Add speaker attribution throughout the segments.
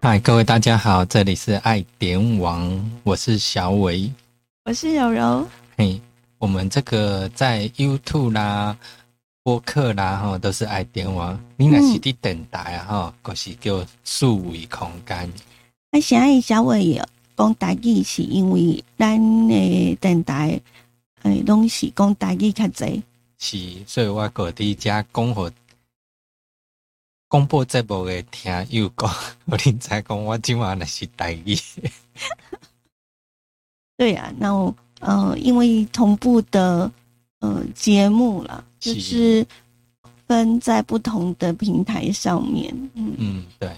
Speaker 1: 嗨，各位大家好，这里是爱点网，我是小伟。
Speaker 2: 我是柔柔，
Speaker 1: 嘿，我们这个在 YouTube 啦、播客啦，哈，都是爱点网。你若是伫电台啊，哈、就是叫四维空间。
Speaker 2: 啊，现在小伟讲台语是因为咱的电台诶拢是讲台语较侪，
Speaker 1: 是，所以我个伫遮讲互广播节目诶听友讲， 我恁知讲我今晚若是台语，
Speaker 2: 对啊，然后呃，因为同步的呃节目啦，
Speaker 1: 是
Speaker 2: 就是分在不同的平台上面，嗯
Speaker 1: 嗯，对，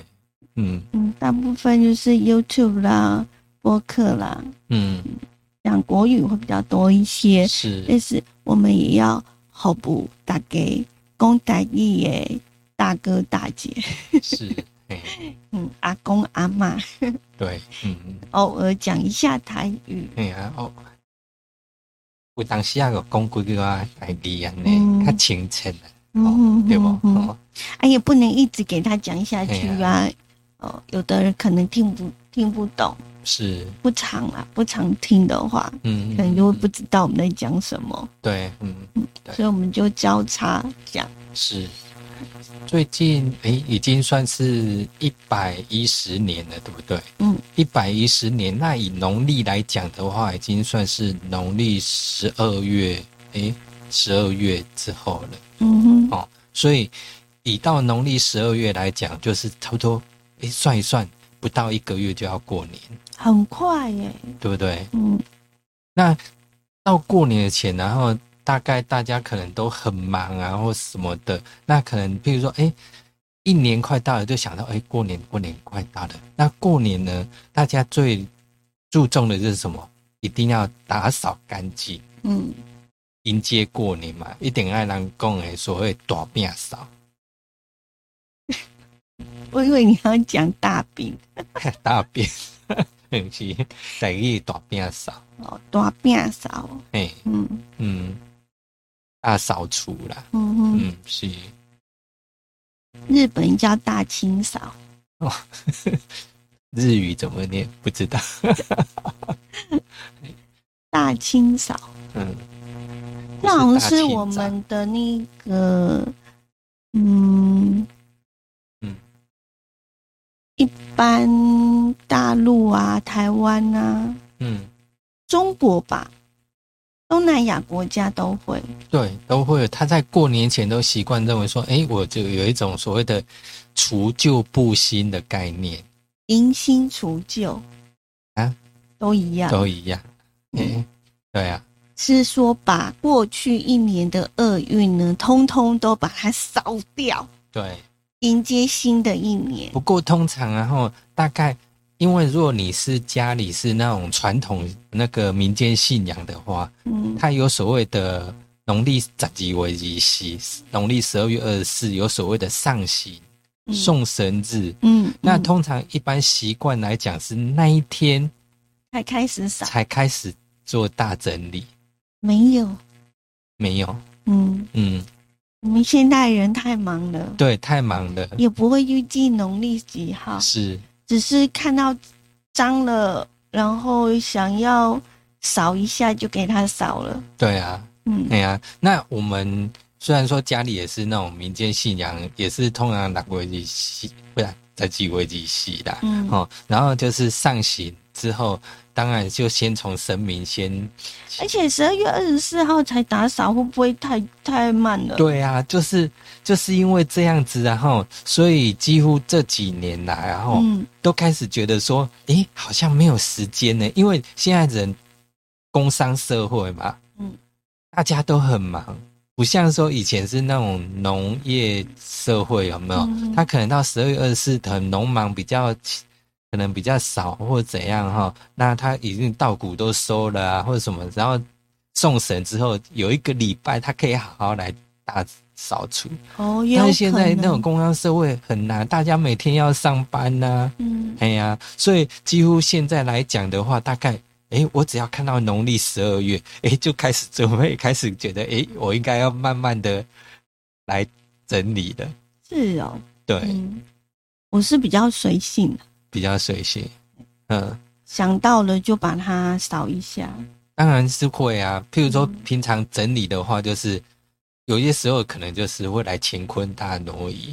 Speaker 1: 嗯
Speaker 2: 嗯，大部分就是 YouTube 啦、播客啦，
Speaker 1: 嗯，
Speaker 2: 讲国语会比较多一些，但
Speaker 1: 是
Speaker 2: 是我们也要服务大家讲台语的大哥大姐。
Speaker 1: 是，嘿，
Speaker 2: 嗯，阿公阿妈
Speaker 1: 对，嗯，
Speaker 2: 偶尔讲一下台语，
Speaker 1: 嘿啊，哦，有当时啊个讲几句啊台语安尼，
Speaker 2: 嗯
Speaker 1: 较亲切啊，哦
Speaker 2: 嗯，
Speaker 1: 对无？
Speaker 2: 嗯嗯
Speaker 1: 哦，
Speaker 2: 哎，也不能一直给他讲下去
Speaker 1: 对
Speaker 2: 啊。哦，有的人可能听不听不懂，
Speaker 1: 是，
Speaker 2: 不常啊，不常听的话，
Speaker 1: 嗯，
Speaker 2: 可能就
Speaker 1: 嗯
Speaker 2: 会不知道我们在讲什么，
Speaker 1: 对，嗯，对
Speaker 2: 所以我们就交叉讲。
Speaker 1: 是。最近诶、已经算是一百一十年了，对不对？
Speaker 2: 嗯，
Speaker 1: 一百一十年，那以农历来讲的话，已经算是农历十二月，诶、十二月之后了。
Speaker 2: 嗯
Speaker 1: 哦所以以到农历十二月来讲，就是差不多，诶、算一算，不到一个月就要过年，
Speaker 2: 哼，很快耶。
Speaker 1: 对不对？
Speaker 2: 嗯，
Speaker 1: 那到过年前，然后大概大家可能都很忙啊，或什么的。那可能譬如说，哎、一年快到了，就想到哎、诶过年过年快到了。那过年呢，大家最注重的就是什么？一定要打扫干净，
Speaker 2: 嗯，
Speaker 1: 迎接过年嘛。一定爱人讲的所谓大变扫，
Speaker 2: 我以为你要讲大饼
Speaker 1: 大 变，嗯是，在意大变扫，
Speaker 2: 哦，大饼扫。
Speaker 1: 嘿，
Speaker 2: 嗯
Speaker 1: 嗯，大扫除啦，
Speaker 2: 嗯嗯，
Speaker 1: 嗯是。
Speaker 2: 日本叫大清扫。
Speaker 1: 哦，日语怎么念不知道。
Speaker 2: 大清扫，
Speaker 1: 嗯，不
Speaker 2: 那好像
Speaker 1: 大清
Speaker 2: 是
Speaker 1: 早
Speaker 2: 我们的那个，嗯
Speaker 1: 嗯
Speaker 2: 一般大陆啊、台湾啊、
Speaker 1: 嗯，
Speaker 2: 中国吧，东南亚国家都会。
Speaker 1: 对，都会有。他在过年前都习惯认为说，哎，我就有一种所谓的除旧布新的概念，
Speaker 2: 迎新除旧
Speaker 1: 啊，
Speaker 2: 都一样，
Speaker 1: 都一样。
Speaker 2: 嗯
Speaker 1: 嗯，对啊，
Speaker 2: 是说把过去一年的厄运呢，通通都把它扫掉，
Speaker 1: 对。
Speaker 2: 迎接新的一年。
Speaker 1: 不过通常然后大概。因为如果你是家里是那种传统那个民间信仰的话，
Speaker 2: 嗯
Speaker 1: 它有所谓的农历十二为一夕，农历十二月二十四有所谓的上行
Speaker 2: 嗯
Speaker 1: 送神日。
Speaker 2: 嗯，
Speaker 1: 那
Speaker 2: 嗯
Speaker 1: 通常一般习惯来讲是那一天
Speaker 2: 才开始扫，
Speaker 1: 才开始做大整理，
Speaker 2: 没有。
Speaker 1: 没有，
Speaker 2: 嗯，
Speaker 1: 嗯，
Speaker 2: 我们现代人太忙了，
Speaker 1: 对，太忙了，
Speaker 2: 也不会预计农历几号，
Speaker 1: 是，
Speaker 2: 只是看到脏了，然后想要扫一下就给它扫了。
Speaker 1: 对啊，
Speaker 2: 嗯
Speaker 1: 哎呀、那我们虽然说家里也是那种民间信仰，也是通常拿过一系，不然在几位几系啦，
Speaker 2: 嗯，
Speaker 1: 哦，然后就是上行之后，当然就先从神明先，
Speaker 2: 而且十二月二十四号才打扫，会不会太太慢了？，
Speaker 1: 对啊，就是就是因为这样子，然后所以几乎这几年来，啊然后。
Speaker 2: 嗯
Speaker 1: 都开始觉得说，诶，好像没有时间呢，因为现在人工商社会嘛，
Speaker 2: 嗯，
Speaker 1: 大家都很忙，不像说以前是那种农业社会，有没有？
Speaker 2: 嗯
Speaker 1: 他可能到十二月二十四很农忙，比较可能比较少或怎样哈，那他已经稻谷都收了啊，或者什么，然后送神之后有一个礼拜，他可以好好来大扫除。
Speaker 2: 哦，也有
Speaker 1: 但是现在
Speaker 2: 可能
Speaker 1: 那种工商社会很难，大家每天要上班呐、
Speaker 2: 嗯
Speaker 1: 哎呀，所以几乎现在来讲的话，大概。哎，我只要看到农历十二月，哎，就开始准备，开始觉得，哎，我应该要慢慢的来整理了。
Speaker 2: 是哦，
Speaker 1: 对，
Speaker 2: 嗯嗯，我是比较随性的，
Speaker 1: 比较随性，嗯，
Speaker 2: 想到了就把它扫一下。
Speaker 1: 当然是会啊。譬如说平常整理的话，就是有些时候可能就是会来乾坤大挪移，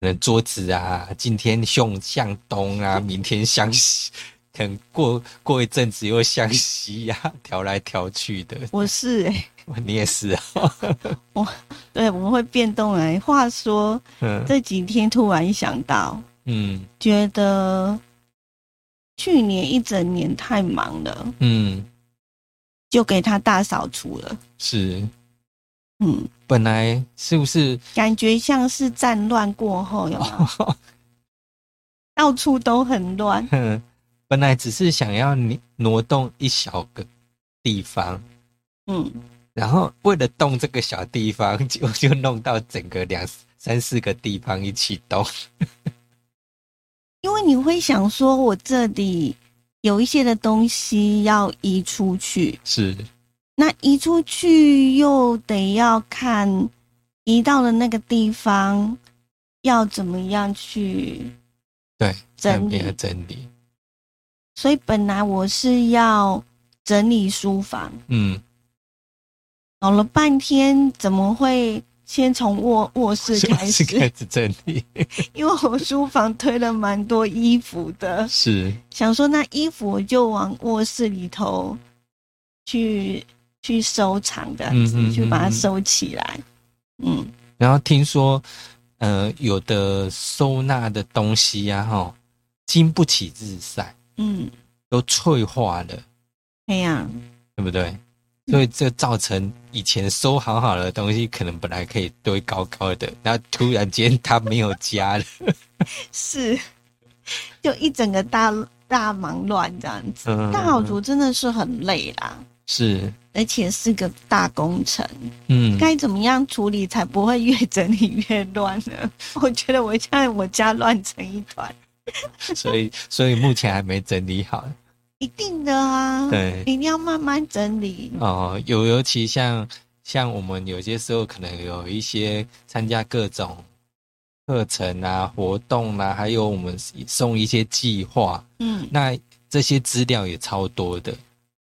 Speaker 1: 可能桌子啊，今天向向东啊，明天向西， 可能过过一阵子又向西呀、调来调去的。
Speaker 2: 我是、欸、
Speaker 1: 你也是啊，
Speaker 2: 对，我会变动哎、话说
Speaker 1: 嗯
Speaker 2: 这几天突然想到，
Speaker 1: 嗯
Speaker 2: 觉得去年一整年太忙了，
Speaker 1: 嗯，
Speaker 2: 就给他大扫除了。
Speaker 1: 是。
Speaker 2: 嗯，
Speaker 1: 本来是不是
Speaker 2: 感觉像是战乱过后，有没有？到处都很乱。
Speaker 1: 哼，本来只是想要你挪动一小个地方，
Speaker 2: 嗯，
Speaker 1: 然后为了动这个小地方，就就弄到整个两三四个地方一起动。
Speaker 2: 因为你会想说，我这里有一些的东西要移出去，
Speaker 1: 是，
Speaker 2: 那移出去又得要看移到的那个地方要怎么样去
Speaker 1: 对，
Speaker 2: 整
Speaker 1: 那边的
Speaker 2: 理。
Speaker 1: 整理，
Speaker 2: 所以本来我是要整理书房，
Speaker 1: 嗯，
Speaker 2: 搞了半天，怎么会先从卧卧室开
Speaker 1: 是开
Speaker 2: 始？
Speaker 1: 始整理，
Speaker 2: 因为我书房推了蛮多衣服的，
Speaker 1: 是，
Speaker 2: 想说那衣服我就往卧室里头去去收藏的，
Speaker 1: 嗯嗯嗯
Speaker 2: 去把它
Speaker 1: 嗯
Speaker 2: 收起来。嗯，
Speaker 1: 然后听说，呃，有的收纳的东西呀、啊，哈，经不起日晒，
Speaker 2: 嗯，
Speaker 1: 都脆化了。
Speaker 2: 哎呀，
Speaker 1: 对不对？所以这造成以前收好好的东西，可能本来可以堆高高的，然后突然间它没有家了。
Speaker 2: 是，就一整个大大忙乱这样子。
Speaker 1: 嗯
Speaker 2: 大扫除真的是很累啦，
Speaker 1: 是，
Speaker 2: 而且是个大工程，
Speaker 1: 嗯，
Speaker 2: 该怎么样处理才不会越整理越乱呢？ 我觉得我现在我家乱成一团，
Speaker 1: 所以所以目前还没整理好。
Speaker 2: 一定的啊，
Speaker 1: 对，
Speaker 2: 一定要慢慢整理。
Speaker 1: 哦，尤尤其像像我们有些时候可能有一些参加各种课程啊、活动啊，还有我们送一些计划，
Speaker 2: 嗯，
Speaker 1: 那这些资料也超多的。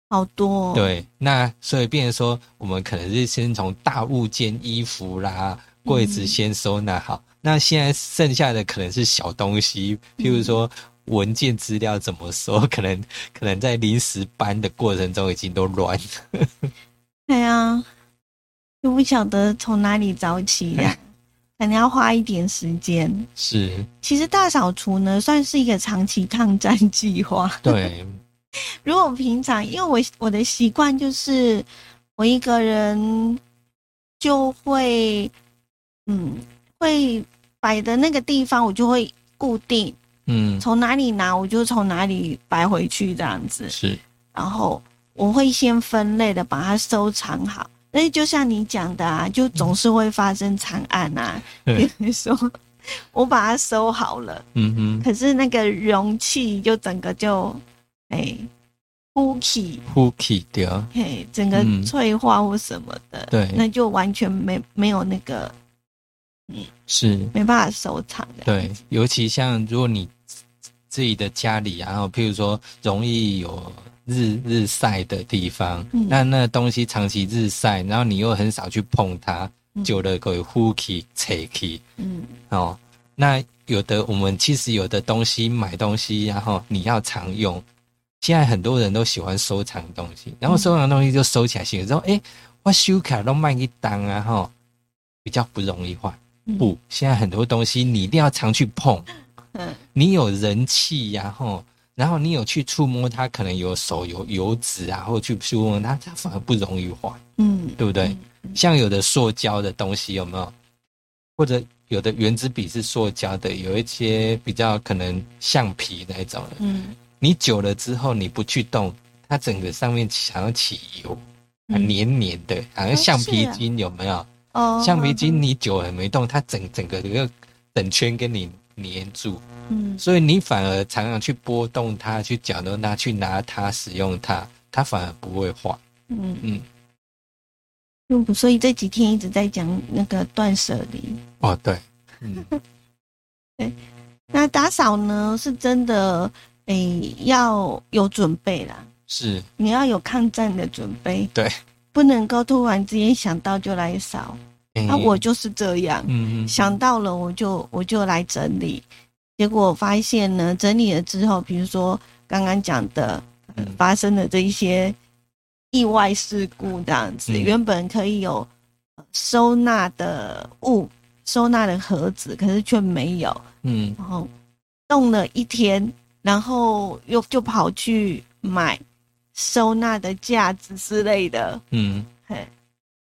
Speaker 2: 好多、哦。
Speaker 1: 对，那所以变成说，我们可能是先从大物件、衣服啦、柜子
Speaker 2: 嗯
Speaker 1: 先收纳好。那现在剩下的可能是小东西，譬如说文件资料怎么说，可能可能在临时搬的过程中已经都乱了。
Speaker 2: 对啊，就不晓得从哪里找起 呀、可能要花一点时间。
Speaker 1: 是，
Speaker 2: 其实大扫除呢，算是一个长期抗战计划。
Speaker 1: 对，
Speaker 2: 如果平常，因为我我的习惯就是我一个人就会，嗯，会摆的那个地方我就会固定，
Speaker 1: 嗯，
Speaker 2: 从哪里拿我就从哪里摆回去这样子。
Speaker 1: 是，
Speaker 2: 然后我会先分类的把它收藏好。那就像你讲的啊，就总是会发生惨案啊。
Speaker 1: 对
Speaker 2: 比如说，我把它收好了，
Speaker 1: 嗯哼，
Speaker 2: 可是那个容器就整个就，哎、凸起，
Speaker 1: 呼气掉，
Speaker 2: 嘿、整个
Speaker 1: 嗯
Speaker 2: 脆化或什么的，
Speaker 1: 对
Speaker 2: 那就完全没没有那个
Speaker 1: 是，
Speaker 2: 没办法收藏的。
Speaker 1: 对，尤其像如果你自自己的家里啊，然后譬如说容易有日日晒的地方，
Speaker 2: 嗯
Speaker 1: 那那东西长期日晒，然后你又很少去碰它，
Speaker 2: 嗯
Speaker 1: 久了会呼气、扯气
Speaker 2: 嗯，
Speaker 1: 哦。那有的我们其实有的东西买东西，然后你要常用。现在很多人都喜欢收藏东西，
Speaker 2: 嗯
Speaker 1: 然后收藏东西就收起来，写之后，哎、我修卡都卖一单啊，哈，比较不容易坏。
Speaker 2: 嗯
Speaker 1: 不，现在很多东西你一定要常去碰，
Speaker 2: 嗯
Speaker 1: 你有人气呀、吼，然后你有去触摸它，可能有手有油脂啊，或去触摸它，它反而不容易坏，
Speaker 2: 嗯，
Speaker 1: 对不对？
Speaker 2: 嗯嗯
Speaker 1: 像有的塑胶的东西有没有？或者有的原子笔是塑胶的，有一些比较可能橡皮那一种的，
Speaker 2: 嗯
Speaker 1: 你久了之后你不去动，它整个上面想要起油，啊
Speaker 2: 嗯
Speaker 1: 黏黏的，好像
Speaker 2: 哦
Speaker 1: 橡
Speaker 2: 是
Speaker 1: 皮
Speaker 2: 啊
Speaker 1: 筋有没有？
Speaker 2: 哦
Speaker 1: 橡皮筋你久了没动，它整整个一整圈跟你粘住，
Speaker 2: 嗯
Speaker 1: 所以你反而常常去拨动它，去搅动它，去拿它使用它，它反而不会坏。
Speaker 2: 嗯
Speaker 1: 嗯
Speaker 2: 嗯，嗯，所以这几天一直在讲那个断舍离。
Speaker 1: 哦，对，嗯，
Speaker 2: 那打扫呢，是真的，诶、要有准备啦，
Speaker 1: 是
Speaker 2: 你要有抗战的准备，
Speaker 1: 对，
Speaker 2: 不能够突然之间想到就来扫。
Speaker 1: 哎
Speaker 2: 那、我就是这样，
Speaker 1: 嗯嗯
Speaker 2: 想到了我就我就来整理，结果我发现呢，整理了之后，比如说刚刚讲的、呃
Speaker 1: 嗯
Speaker 2: 发生的这一些意外事故这样子，
Speaker 1: 嗯
Speaker 2: 原本可以有呃收纳的物、收纳的盒子，可是却没有，
Speaker 1: 嗯
Speaker 2: 然后弄了一天，然后又就跑去买收纳的架子之类的，
Speaker 1: 嗯
Speaker 2: 嘿，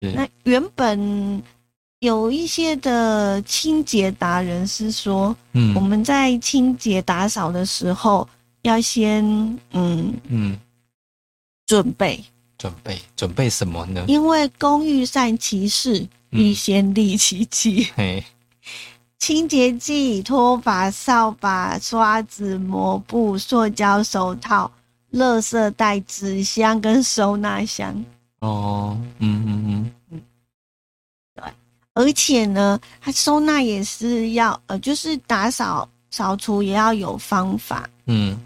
Speaker 1: 是
Speaker 2: 那原本有一些的清洁达人是说，
Speaker 1: 嗯
Speaker 2: 我们在清洁打扫的时候要先嗯
Speaker 1: 嗯，
Speaker 2: 准备，
Speaker 1: 准备准备什么呢？
Speaker 2: 因为工欲善其事，必先利其器。
Speaker 1: 嘿，
Speaker 2: 清洁剂、拖把、扫把、刷子、抹布、塑胶手套、垃圾袋、纸箱跟收纳箱。
Speaker 1: 哦，嗯嗯嗯，
Speaker 2: 而且呢，它收纳也是要呃，就是打扫扫除也要有方法。
Speaker 1: 嗯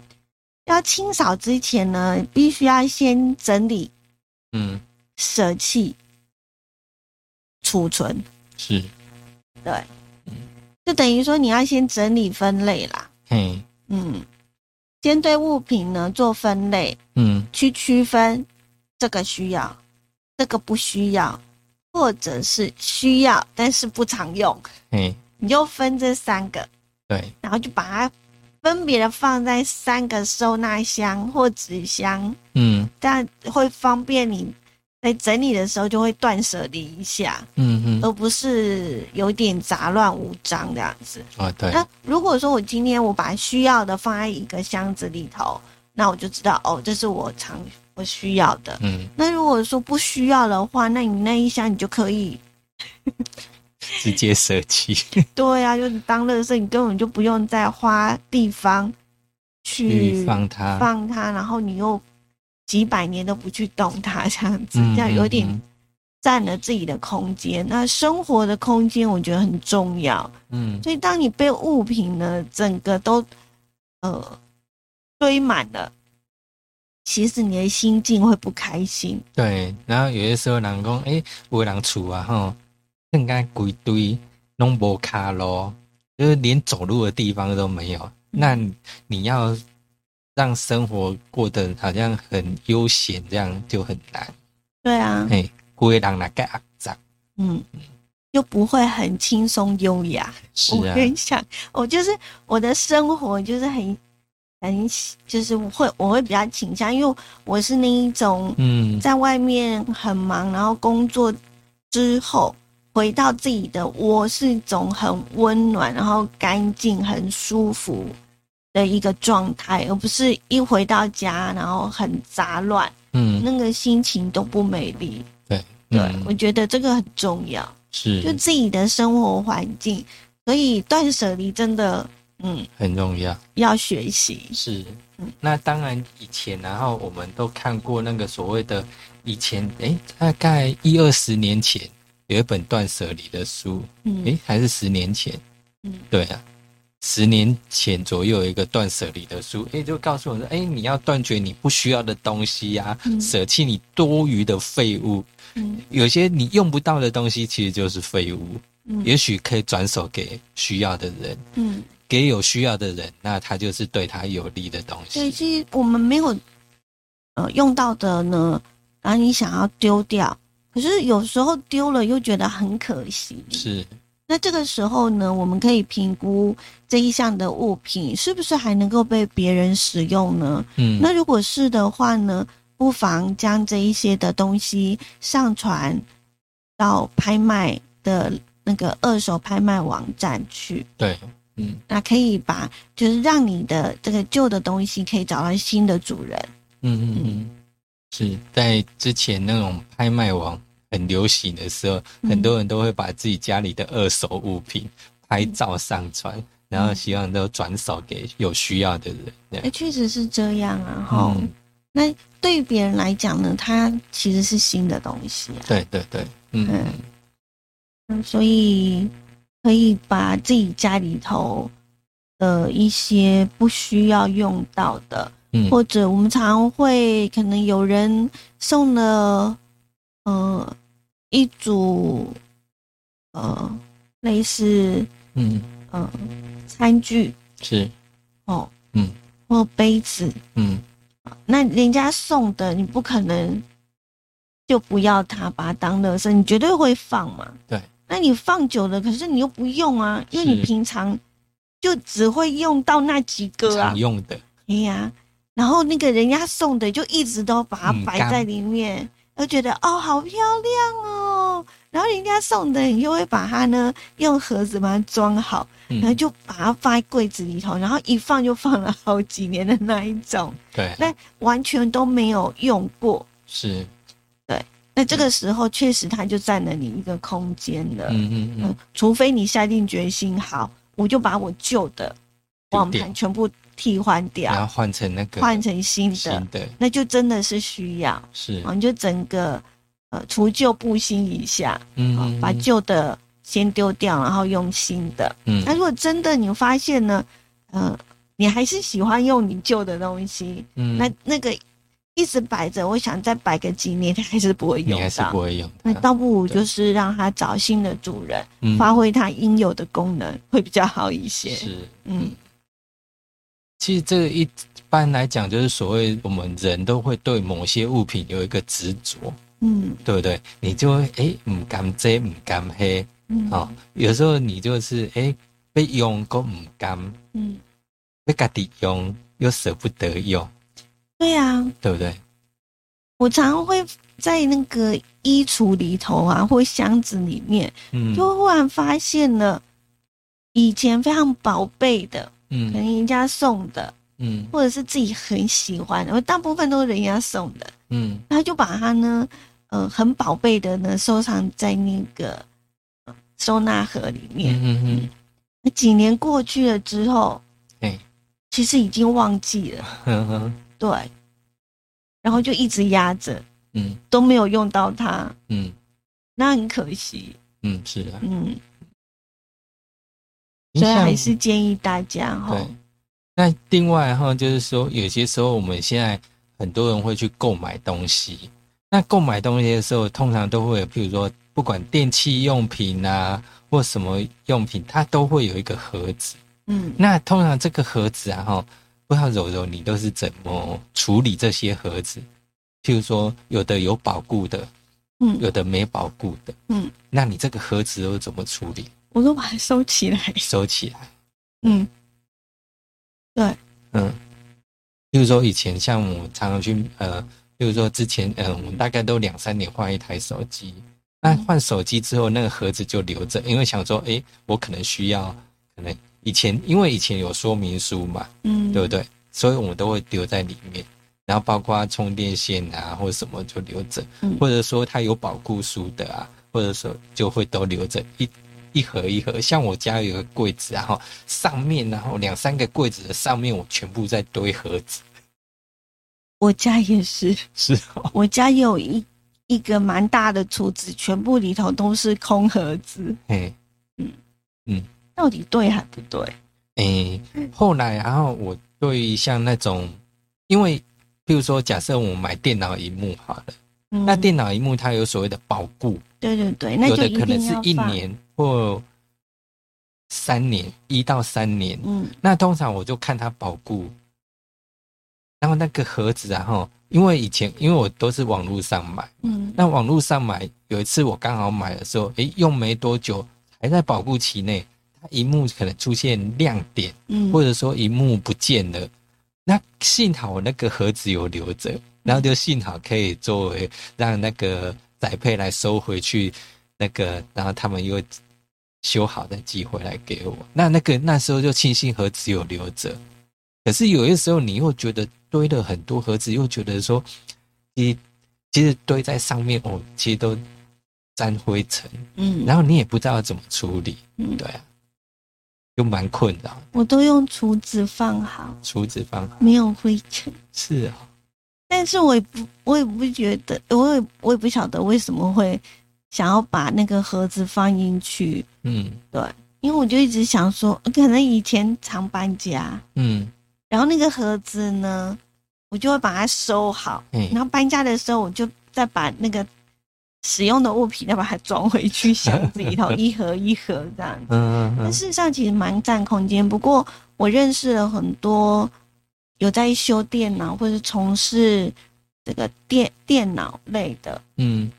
Speaker 2: 要清扫之前呢，必须要先整理、
Speaker 1: 嗯，
Speaker 2: 舍弃、储存，
Speaker 1: 是，
Speaker 2: 对，就等于说你要先整理分类啦，
Speaker 1: 嘿，
Speaker 2: 嗯，先对物品呢做分类，
Speaker 1: 嗯
Speaker 2: 去区分这个需要，这个不需要，或者是需要但是不常用，
Speaker 1: 嘿，
Speaker 2: 你就分这三个。
Speaker 1: 对，
Speaker 2: 然后就把它分别的放在三个收纳箱或纸箱，
Speaker 1: 嗯
Speaker 2: 这样会方便你在整理的时候就会断舍离一下，
Speaker 1: 嗯嗯，
Speaker 2: 而不是有点杂乱无章这样子。
Speaker 1: 哦对，
Speaker 2: 那如果说我今天我把需要的放在一个箱子里头，那我就知道哦，这是我常我需要的。
Speaker 1: 嗯，
Speaker 2: 那如果说不需要的话，那你那一箱你就可以，
Speaker 1: 直接舍弃，
Speaker 2: 对啊，就是当垃圾，你根本就不用再花地方去
Speaker 1: 去放它，
Speaker 2: 放它，然后你又几百年都不去动它，这样子，
Speaker 1: 嗯
Speaker 2: 这样有点
Speaker 1: 嗯
Speaker 2: 占了自己的空间。那生活的空间我觉得很重要，
Speaker 1: 嗯
Speaker 2: 所以当你被物品呢整个都呃堆满了，其实你的心境会不开心。
Speaker 1: 对，然后有些时候人讲，诶、有的人厝啊吼，更加规堆拢无卡路，就是连走路的地方都没有。那你你要让生活过得好像很悠闲，这样就很难。
Speaker 2: 对啊，
Speaker 1: 嘿、规个人来盖肮脏，
Speaker 2: 嗯，就不会很轻松优雅。
Speaker 1: 是
Speaker 2: 我
Speaker 1: 啊，
Speaker 2: 跟你讲，我就是我的生活就是很很就是会我会比较倾向，因为我是那一种
Speaker 1: 嗯
Speaker 2: 在外面很忙，然后工作之后回到自己的窝是一种很温暖，然后干净、很舒服的一个状态，而不是一回到家然后很杂乱，
Speaker 1: 嗯，
Speaker 2: 那个心情都不美丽。
Speaker 1: 对
Speaker 2: 对，
Speaker 1: 嗯
Speaker 2: 我觉得这个很重要。就是自己的生活环境，所以断舍离真的，嗯，
Speaker 1: 很重要。
Speaker 2: 要学习。
Speaker 1: 是
Speaker 2: 嗯，
Speaker 1: 那当然以前，然后我们都看过那个所谓的以前，诶，大概一二十年前有一本断舍离的书，
Speaker 2: 嗯，
Speaker 1: 诶，还是十年前，
Speaker 2: 嗯，
Speaker 1: 对啊，十年前左右有一个断舍离的书，诶，就告诉我说，诶，你要断绝你不需要的东西呀、啊，
Speaker 2: 嗯
Speaker 1: 舍弃你多余的废物，
Speaker 2: 嗯
Speaker 1: 有些你用不到的东西其实就是废物，
Speaker 2: 嗯
Speaker 1: 也许可以转手给需要的人。
Speaker 2: 嗯，
Speaker 1: 给有需要的人，那他就是对他有利的东
Speaker 2: 所以
Speaker 1: 西。
Speaker 2: 其实我们没有呃用到的呢，然后你想要丢掉，可是有时候丢了又觉得很可惜。
Speaker 1: 是，
Speaker 2: 那这个时候呢，我们可以评估这一项的物品是不是还能够被别人使用呢？
Speaker 1: 嗯，
Speaker 2: 那如果是的话呢，不妨将这一些的东西上传到拍卖的那个二手拍卖网站去。
Speaker 1: 对，嗯
Speaker 2: 那可以把，就是让你的这个旧的东西可以找到新的主人。
Speaker 1: 嗯嗯嗯，是在之前那种拍卖网很流行的时候，
Speaker 2: 嗯
Speaker 1: 很多人都会把自己家里的二手物品拍
Speaker 2: 嗯
Speaker 1: 照上传，然后希望都转手给有需要的人。这
Speaker 2: 哎、
Speaker 1: 样，
Speaker 2: 确实是这样啊，哈、
Speaker 1: 嗯，
Speaker 2: 那对于别人来讲呢，它其实是新的东西啊，
Speaker 1: 对对对，嗯
Speaker 2: 嗯嗯所以可以把自己家里头的一些不需要用到的，
Speaker 1: 嗯
Speaker 2: 或者我们常会可能有人送了，呃，一组，呃，类似
Speaker 1: 嗯，
Speaker 2: 呃餐具
Speaker 1: 是，
Speaker 2: 哦，
Speaker 1: 嗯，
Speaker 2: 或杯子，
Speaker 1: 嗯
Speaker 2: 那人家送的你不可能就不要它，把它当垃圾，你绝对会放嘛。
Speaker 1: 对。
Speaker 2: 那你放久了，可是你又不用啊，因为
Speaker 1: 是
Speaker 2: 你平常就只会用到那几个啊
Speaker 1: 常。用的，
Speaker 2: 哎呀、然后那个人家送的就一直都把它
Speaker 1: 嗯
Speaker 2: 摆
Speaker 1: 干
Speaker 2: 在里面，就觉得哦好漂亮哦。然后人家送的，你就会把它呢用盒子把它装好，
Speaker 1: 嗯
Speaker 2: 然后就把它放在柜子里头，然后一放就放了好几年的那一 种。
Speaker 1: 对，
Speaker 2: 那完全都没有用过。
Speaker 1: 是，
Speaker 2: 那这个时候确实它就占了你一个空间了。
Speaker 1: 嗯嗯嗯，
Speaker 2: 嗯，除非你下定决心，好，我就把我旧的
Speaker 1: 丢
Speaker 2: 网
Speaker 1: 掉
Speaker 2: 盘全部替换
Speaker 1: 然
Speaker 2: 掉，
Speaker 1: 后换成那个
Speaker 2: 换成新
Speaker 1: 新嗯
Speaker 2: 的，
Speaker 1: 的，
Speaker 2: 那就真的是需要，
Speaker 1: 是，
Speaker 2: 啊，你就整个呃除旧布新一下，
Speaker 1: 嗯
Speaker 2: 啊
Speaker 1: 嗯，
Speaker 2: 把
Speaker 1: 嗯
Speaker 2: 旧的先丢掉，然后用新的。那
Speaker 1: 嗯
Speaker 2: 如果真的你发现呢，呃，你还是喜欢用你旧的东西，
Speaker 1: 嗯，
Speaker 2: 那那个一直摆着，我想再摆个几年，它还是不会
Speaker 1: 你
Speaker 2: 用
Speaker 1: 还是
Speaker 2: 到
Speaker 1: 不。会用
Speaker 2: 那
Speaker 1: 它，
Speaker 2: 倒不如
Speaker 1: 对
Speaker 2: 就是让它找新的主人，
Speaker 1: 嗯
Speaker 2: 发挥它应有的功能，会比较好一些。
Speaker 1: 是，
Speaker 2: 嗯，
Speaker 1: 其实这个一般来讲，就是所谓我们人都会对某些物品有一个执着，
Speaker 2: 嗯
Speaker 1: 对不对？你就会诶，唔甘这唔甘黑，
Speaker 2: 嗯，
Speaker 1: 哦，有时候你就是诶，被用过唔甘，
Speaker 2: 嗯，
Speaker 1: 被家己用又舍不得用，
Speaker 2: 对啊，
Speaker 1: 对不对？
Speaker 2: 我常会在那个衣橱里头啊，或箱子里面，
Speaker 1: 嗯，
Speaker 2: 就忽然发现了以前非常宝贝的，可
Speaker 1: 嗯
Speaker 2: 能人家送的，
Speaker 1: 嗯
Speaker 2: 或者是自己很喜欢的，我大部分都是人家送的。
Speaker 1: 嗯
Speaker 2: 他就把它呢，呃，很宝贝的呢收藏在那个呃收纳盒里面。
Speaker 1: 嗯嗯
Speaker 2: 那几年过去了之后，
Speaker 1: 哎
Speaker 2: 其实已经忘记了，
Speaker 1: 嗯嗯
Speaker 2: 对，然后就一直压着，
Speaker 1: 嗯
Speaker 2: 都没有用到它，
Speaker 1: 嗯
Speaker 2: 那很可惜。
Speaker 1: 嗯，是啊，
Speaker 2: 嗯，
Speaker 1: 你
Speaker 2: 所以
Speaker 1: 想
Speaker 2: 还是建议大家哈
Speaker 1: 对，。那另外哈，就是说有些时候我们现在很多人会去购买东西，那购买东西的时候，通常都会有，譬如说不管电器用品啊或什么用品，它都会有一个盒子。
Speaker 2: 嗯
Speaker 1: 那通常这个盒子啊哈，不知道柔柔你都是怎么处理这些盒子？譬如说有的有保固的，
Speaker 2: 嗯，
Speaker 1: 有的没保固的，
Speaker 2: 嗯，
Speaker 1: 那你这个盒子都怎么处理？
Speaker 2: 我都把它收起来。
Speaker 1: 收起来？
Speaker 2: 嗯，
Speaker 1: 嗯，例如说以前像我常常去呃，例如说之前嗯、呃，我们大概都两三年换一台手机。那换手机之后，那个盒子就留着，因为想说，诶，我可能需要，可能以前因为以前有说明书嘛，
Speaker 2: 嗯，
Speaker 1: 对不对？所以我们都会留在里面，然后包括充电线啊或什么就留着，
Speaker 2: 嗯
Speaker 1: 或者说它有保护书的啊，或者说就会都留着一一盒一盒。像我家有个柜子、啊，然后上面然后两三个柜子的上面我全部在堆盒子，
Speaker 2: 我家也是。
Speaker 1: 是哦，
Speaker 2: 我家有一一个蛮大的厨子，全部里头都是空盒子，
Speaker 1: 嘿，
Speaker 2: 到底对还不对？
Speaker 1: 诶、后来然后我对于像那种，因为譬如说假设我买电脑荧幕好了，
Speaker 2: 嗯
Speaker 1: 那电脑荧幕它有所谓的保固。
Speaker 2: 对对对，那
Speaker 1: 有
Speaker 2: 就
Speaker 1: 的
Speaker 2: 一
Speaker 1: 可能
Speaker 2: 定
Speaker 1: 是
Speaker 2: 要
Speaker 1: 一
Speaker 2: 放。
Speaker 1: 年或三年，一到三年。
Speaker 2: 嗯
Speaker 1: 那通常我就看它保固，然后那个盒子、啊，然后因为以前因为我都是网络上买，
Speaker 2: 嗯
Speaker 1: 那网络上买有一次我刚好买的时候，诶，用没多久还在保固期内，它荧幕可能出现亮点，
Speaker 2: 嗯，
Speaker 1: 或者说荧幕不见了。那幸好我那个盒子有留着，然后就幸好可以作为让那个宅配来收回去，那个然后他们又修好再寄回来给我。那那个那时候就庆幸盒子有留着，可是有些时候你又觉得堆了很多盒子，又觉得说，你其实堆在上面哦，其实都沾灰尘，
Speaker 2: 嗯，
Speaker 1: 然后你也不知道怎么处理，
Speaker 2: 嗯
Speaker 1: 对啊，就蛮困扰的。
Speaker 2: 我都用厨子放好，
Speaker 1: 厨子方法
Speaker 2: 没有灰尘。
Speaker 1: 是啊、
Speaker 2: 但是我也不，我也不觉得，我也我也不晓得为什么会想要把那个盒子放进去，
Speaker 1: 嗯
Speaker 2: 对，因为我就一直想说，可能以前常搬家，
Speaker 1: 嗯，
Speaker 2: 然后那个盒子呢，我就会把它收好，
Speaker 1: 嗯
Speaker 2: 然后搬家的时候，我就再把那个使用的物品再把它装回去箱子里头，一盒一盒这样子。
Speaker 1: 嗯嗯
Speaker 2: 但
Speaker 1: 嗯，
Speaker 2: 事实上其实蛮占空间，不过我认识了很多有在修电脑或是从事这个电电脑类的，
Speaker 1: 嗯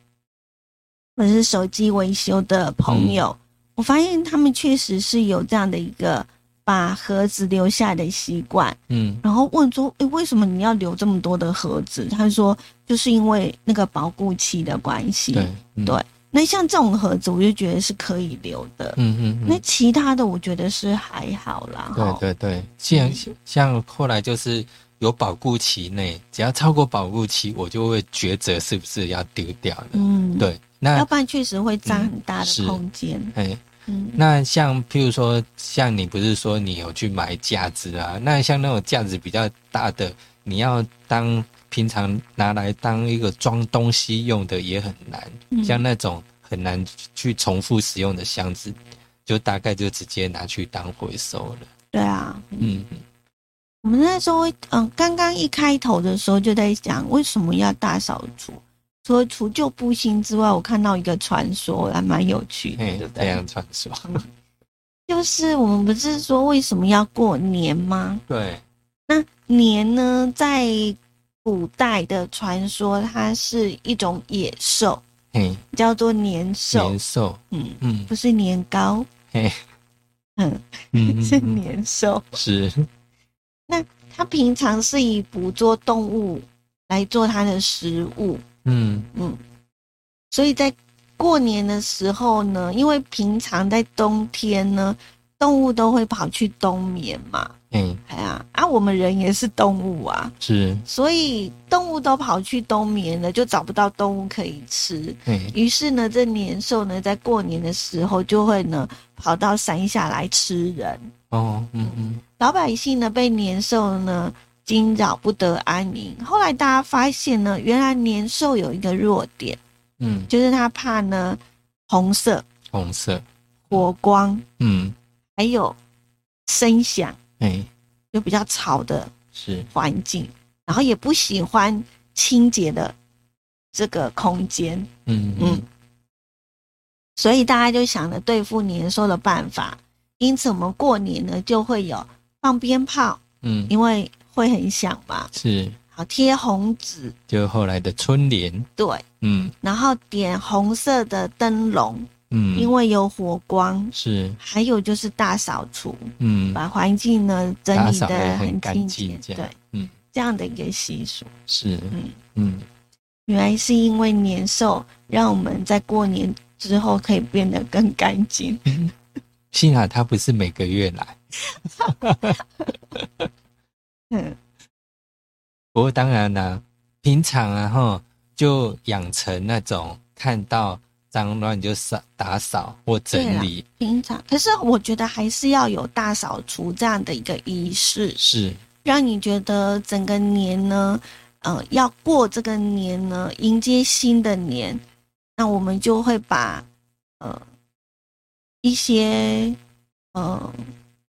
Speaker 2: 或者是手机维修的朋友，
Speaker 1: 嗯
Speaker 2: 我发现他们确实是有这样的一个把盒子留下来的习惯。
Speaker 1: 嗯
Speaker 2: 然后问说：“诶，为什么你要留这么多的盒子？”他说：“就是因为那个保固期的关系。
Speaker 1: 对嗯
Speaker 2: 对那像这种盒子，我就觉得是可以留的。
Speaker 1: 嗯嗯嗯
Speaker 2: 那其他的，我觉得是还好啦。
Speaker 1: 对
Speaker 2: 哈
Speaker 1: 对对，像像后来就是有保固期内，只要超过保固期，我就会抉择是不是要丢掉了。
Speaker 2: 嗯，，
Speaker 1: 对，
Speaker 2: 要
Speaker 1: 那
Speaker 2: 不然确实会占很大
Speaker 1: 嗯是
Speaker 2: 的空间。
Speaker 1: 哎，
Speaker 2: 嗯
Speaker 1: 那像譬如说，像你不是说你有去买架子啊？那像那种架子比较大的，你要当平常拿来当一个装东西用的也很难，
Speaker 2: 嗯
Speaker 1: 像那种很难去重复使用的箱子，就大概就直接拿去当回收了。
Speaker 2: 对啊，
Speaker 1: 嗯，
Speaker 2: 我们那时候会，嗯、刚刚一开头的时候就在讲为什么要大扫除。除了除旧布新之外，我看到一个传说，还蛮有趣的，
Speaker 1: 哎
Speaker 2: 对不，对？
Speaker 1: 这样传说，
Speaker 2: 就是我们不是说为什么要过年吗？
Speaker 1: 对，
Speaker 2: 那年呢，在古代的传说，它是一种野兽，
Speaker 1: 嘿，
Speaker 2: 叫做年兽
Speaker 1: 年，兽，
Speaker 2: 嗯，
Speaker 1: 嗯
Speaker 2: 不是年糕，
Speaker 1: 嘿，
Speaker 2: 嗯，
Speaker 1: 嗯，
Speaker 2: 是
Speaker 1: 嗯
Speaker 2: 年兽。
Speaker 1: 是，
Speaker 2: 它平常是以捕捉动物来做它的食物，
Speaker 1: 嗯
Speaker 2: 嗯，所以在过年的时候呢，因为平常在冬天呢，动物都会跑去冬眠嘛，
Speaker 1: 哎
Speaker 2: 哎呀，啊，我们人也是动物啊，
Speaker 1: 是，
Speaker 2: 所以动物都跑去冬眠了，就找不到动物可以吃。
Speaker 1: 哎
Speaker 2: 于是呢，这年兽呢，在过年的时候就会呢跑到山下来吃人。
Speaker 1: 哦，嗯嗯
Speaker 2: 老百姓呢被年兽呢惊扰不得安宁。后来大家发现呢，原来年兽有一个弱点，
Speaker 1: 嗯，
Speaker 2: 就是它怕呢红色、
Speaker 1: 红色，
Speaker 2: 火光，
Speaker 1: 嗯，
Speaker 2: 还有声响，
Speaker 1: 哎
Speaker 2: 就比较吵的
Speaker 1: 是，
Speaker 2: 环境，然后也不喜欢清洁的这个空间，
Speaker 1: 嗯
Speaker 2: 嗯
Speaker 1: 嗯，
Speaker 2: 所以大家就想着对付年兽的办法。因此，我们过年呢就会有放鞭炮，
Speaker 1: 嗯
Speaker 2: 因为会很响嘛，
Speaker 1: 是，
Speaker 2: 好贴红纸，
Speaker 1: 就后来的春联，
Speaker 2: 对，
Speaker 1: 嗯
Speaker 2: 然后点红色的灯笼，
Speaker 1: 嗯，
Speaker 2: 因
Speaker 1: 为
Speaker 2: 为有火光。
Speaker 1: 是，
Speaker 2: 还有就是大扫除，
Speaker 1: 嗯，
Speaker 2: 把环境呢整
Speaker 1: 打
Speaker 2: 理
Speaker 1: 扫
Speaker 2: 的
Speaker 1: 的很干
Speaker 2: 清洁
Speaker 1: 净，，这
Speaker 2: 对
Speaker 1: 样，嗯
Speaker 2: 这样的一个习俗。
Speaker 1: 是，
Speaker 2: 嗯
Speaker 1: 嗯
Speaker 2: 原来是因为年兽，让我们在过年之后可以变得更干净。
Speaker 1: 嗯，幸好他不是每个月来，
Speaker 2: 嗯
Speaker 1: 不过当然啦、平常啊哈，就养成那种看到脏乱就扫打扫或整理，
Speaker 2: 平常，可是我觉得还是要有大扫除这样的一个仪式，
Speaker 1: 是，
Speaker 2: 让你觉得整个年呢，呃，要过这个年呢，迎接新的年，那我们就会把呃一些呃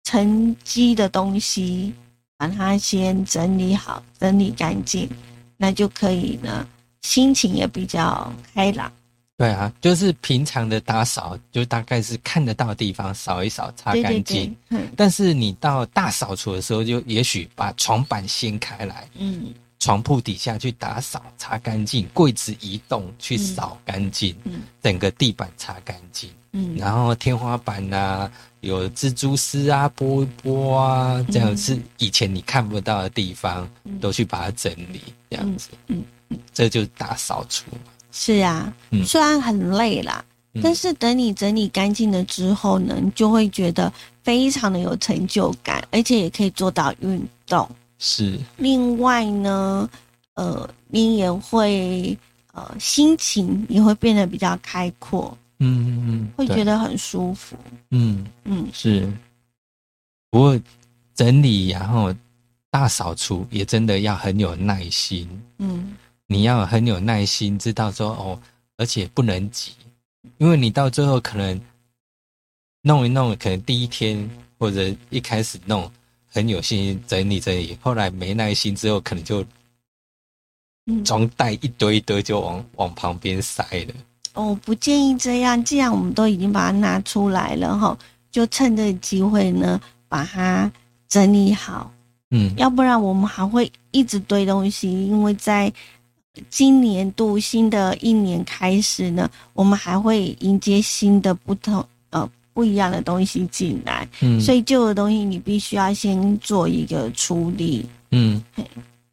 Speaker 2: 沉积的东西，把它先整理好，整理干净，那就可以呢，心情也比较开朗。
Speaker 1: 对啊，就是平常的打扫，就大概是看得到的地方扫一扫，擦
Speaker 2: 对
Speaker 1: 干
Speaker 2: 对
Speaker 1: 净。
Speaker 2: 对，嗯
Speaker 1: 但是你到大扫除的时候，就也许把床板掀开来，
Speaker 2: 嗯
Speaker 1: 床铺底下去打扫、擦干净，柜子移动去扫干净，
Speaker 2: 嗯
Speaker 1: 整个地板擦干净，
Speaker 2: 嗯，
Speaker 1: 然后天花板啊有蜘蛛丝啊拨一拨啊，这样是以前你看不到的地方，
Speaker 2: 嗯
Speaker 1: 都去把它整理，这样子，
Speaker 2: 嗯嗯
Speaker 1: 这就是大扫除嘛。
Speaker 2: 是啊，
Speaker 1: 嗯
Speaker 2: 虽然很累啦，
Speaker 1: 嗯
Speaker 2: 但是等你整理干净了之后呢，你就会觉得非常的有成就感，而且也可以做到运动。
Speaker 1: 是，
Speaker 2: 另外呢，呃，你也会呃心情也会变得比较开阔，
Speaker 1: 嗯嗯，
Speaker 2: 会觉
Speaker 1: 得，
Speaker 2: 得很舒服。
Speaker 1: 嗯。
Speaker 2: 嗯，
Speaker 1: 是，不过整理然后大扫除也真的要很有耐心，
Speaker 2: 嗯
Speaker 1: 你要很有耐心，知道说哦，而且不能急，因为你到最后可能弄一弄，可能第一天或者一开始弄很有信心整理整理，后来没耐心之后，可能就
Speaker 2: 嗯，
Speaker 1: 装袋一堆一堆就往往旁边塞了。
Speaker 2: 我哦不建议这样。既然我们都已经把它拿出来了哈，就趁这个机会呢，把它整理好，
Speaker 1: 嗯
Speaker 2: 要不然我们还会一直堆东西。因为在今年度新的一年开始呢，我们还会迎接新的不同呃不一样的东西进来，
Speaker 1: 嗯，
Speaker 2: 所
Speaker 1: 以
Speaker 2: 以旧的东西你必须要先做一个处理，
Speaker 1: 嗯，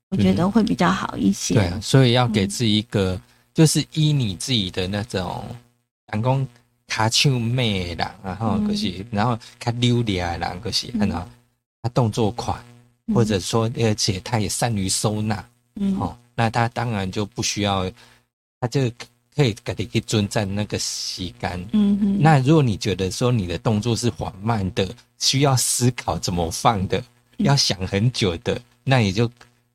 Speaker 2: 我觉得会比较好一些。
Speaker 1: 对啊，所以要给
Speaker 2: 嗯
Speaker 1: 自己一个，就是依你自己的那种，人讲卡丘妹啦，然后
Speaker 2: 嗯
Speaker 1: 就是，然后卡溜达的人就是，
Speaker 2: 嗯
Speaker 1: 然后他动作快，
Speaker 2: 嗯
Speaker 1: 或者说而且他也善于收纳，
Speaker 2: 嗯
Speaker 1: 哦，那他当然就不需要，他就可以给你去尊占那个时间。
Speaker 2: 嗯哼，
Speaker 1: 那如果你觉得说你的动作是缓慢的，需要思考怎么放的，
Speaker 2: 嗯
Speaker 1: 要想很久的，那你就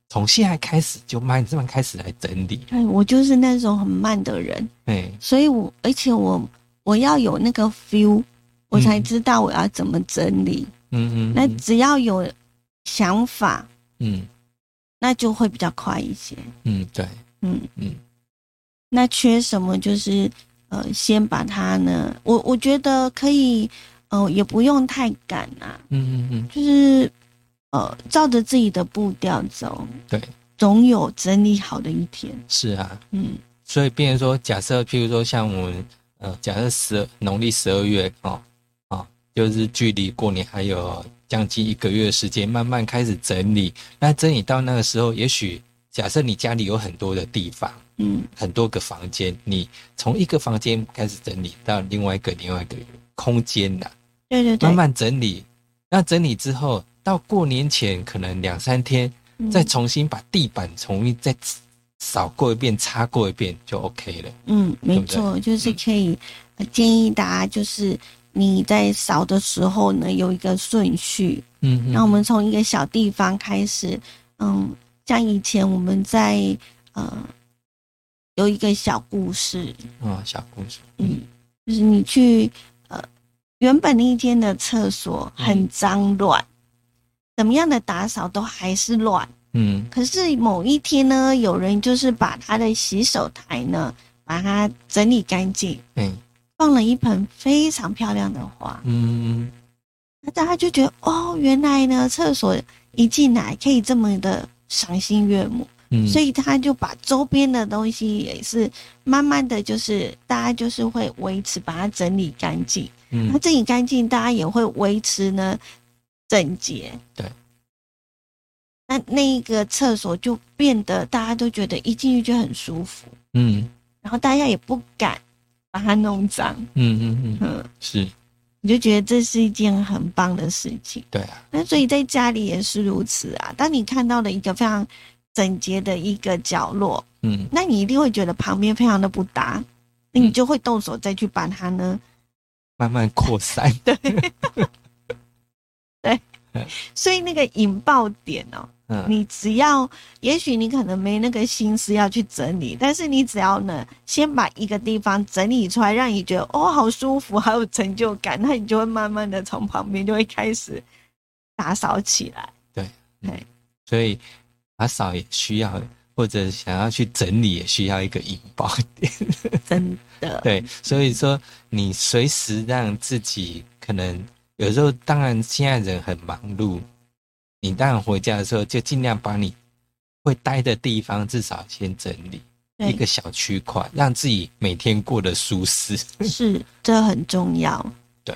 Speaker 1: 从现在开始就慢慢开始来整理。
Speaker 2: 对哎我就是那种很慢的人。
Speaker 1: 哎，
Speaker 2: 所以我而且我我要有那个 feel，我才知道我要怎么整理。
Speaker 1: 嗯嗯嗯，
Speaker 2: 那只要有想法，
Speaker 1: 嗯
Speaker 2: 那就会比较快一些。
Speaker 1: 嗯对，
Speaker 2: 嗯
Speaker 1: 嗯，
Speaker 2: 那缺什么就是呃，先把它呢，我我觉得可以，呃，也不用太赶啊，
Speaker 1: 嗯嗯嗯
Speaker 2: 就是呃，照着自己的步调走，
Speaker 1: 对，
Speaker 2: 总有整理好的一天。
Speaker 1: 是啊。
Speaker 2: 嗯
Speaker 1: 所以，变成说，假设譬如说，像我们呃，假设十农历十二月哦哦，就是距离过年还有将近一个月的时间，慢慢开始整理。那整理到那个时候，也许假设你家里有很多的地方，
Speaker 2: 嗯
Speaker 1: 很多个房间，你从一个房间开始整理到另外一个另外一个空间呐、
Speaker 2: 对对对，
Speaker 1: 慢慢整理。那整理之后，到过年前可能两三天，
Speaker 2: 嗯
Speaker 1: 再重新把地板重新再扫过一遍、擦过一遍就 OK 了。
Speaker 2: 嗯，没
Speaker 1: 对不对
Speaker 2: 错，就是可以、呃建议大家，就是你在扫的时候呢，有一个顺序。
Speaker 1: 嗯嗯
Speaker 2: 那我们从一个小地方开始，嗯，像以前我们在呃有一个小故事，
Speaker 1: 啊、小故事，
Speaker 2: 嗯，就是你去呃原本那一间的厕所很脏乱，怎么样的打扫都还是乱。
Speaker 1: 嗯
Speaker 2: 可是某一天呢，有人就是把他的洗手台呢，把它整理干净。
Speaker 1: 哎
Speaker 2: 放了一盆非常漂亮的花，
Speaker 1: 嗯
Speaker 2: 那大家就觉得哦，原来呢，厕所一进来可以这么的赏心悦目，
Speaker 1: 嗯，
Speaker 2: 所
Speaker 1: 以
Speaker 2: 以他就把周边的东西也是慢慢的就是大家就是会维持把它整理干净，那
Speaker 1: 嗯
Speaker 2: 整理干净，大家也会维持呢整洁。
Speaker 1: 对。
Speaker 2: 那那一个厕所就变得大家都觉得一进去就很舒服，
Speaker 1: 嗯
Speaker 2: 然后大家也不敢把它弄脏，
Speaker 1: 嗯嗯嗯，
Speaker 2: 嗯。
Speaker 1: 是
Speaker 2: 你就觉得这是一件很棒的事情。
Speaker 1: 对啊，
Speaker 2: 那所以在家里也是如此啊。当你看到了一个非常整洁的一个角落，
Speaker 1: 嗯
Speaker 2: 那你一定会觉得旁边非常的不搭，那你就会动手再去把它呢。
Speaker 1: 慢慢扩 散，
Speaker 2: 所以那个引爆点哦，
Speaker 1: 嗯
Speaker 2: 你只要，也许你可能没那个心思要去整理，但是你只要呢，先把一个地方整理出来，让你觉得哦好舒服，好有成就感，那你就会慢慢的从旁边就会开始打扫起来。
Speaker 1: 所以打扫也需要，或者想要去整理也需要一个引爆点。
Speaker 2: 真的，
Speaker 1: 对，所以说你随时让自己可能有时候，当然现在人很忙碌，你当然回家的时候就尽量把你会待的地方至少先整理
Speaker 2: 对
Speaker 1: 一个小区块，让自己每天过得舒适。
Speaker 2: 是，这很重要。
Speaker 1: 对，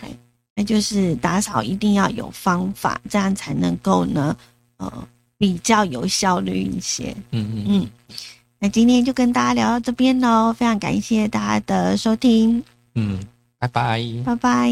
Speaker 2: 那就是打扫一定要有方法，这样才能够呢，呃，比较有效率一些。
Speaker 1: 嗯嗯，
Speaker 2: 嗯，那今天就跟大家聊到这边喽，非常感谢大家的收听，
Speaker 1: 嗯，拜拜。
Speaker 2: 拜拜。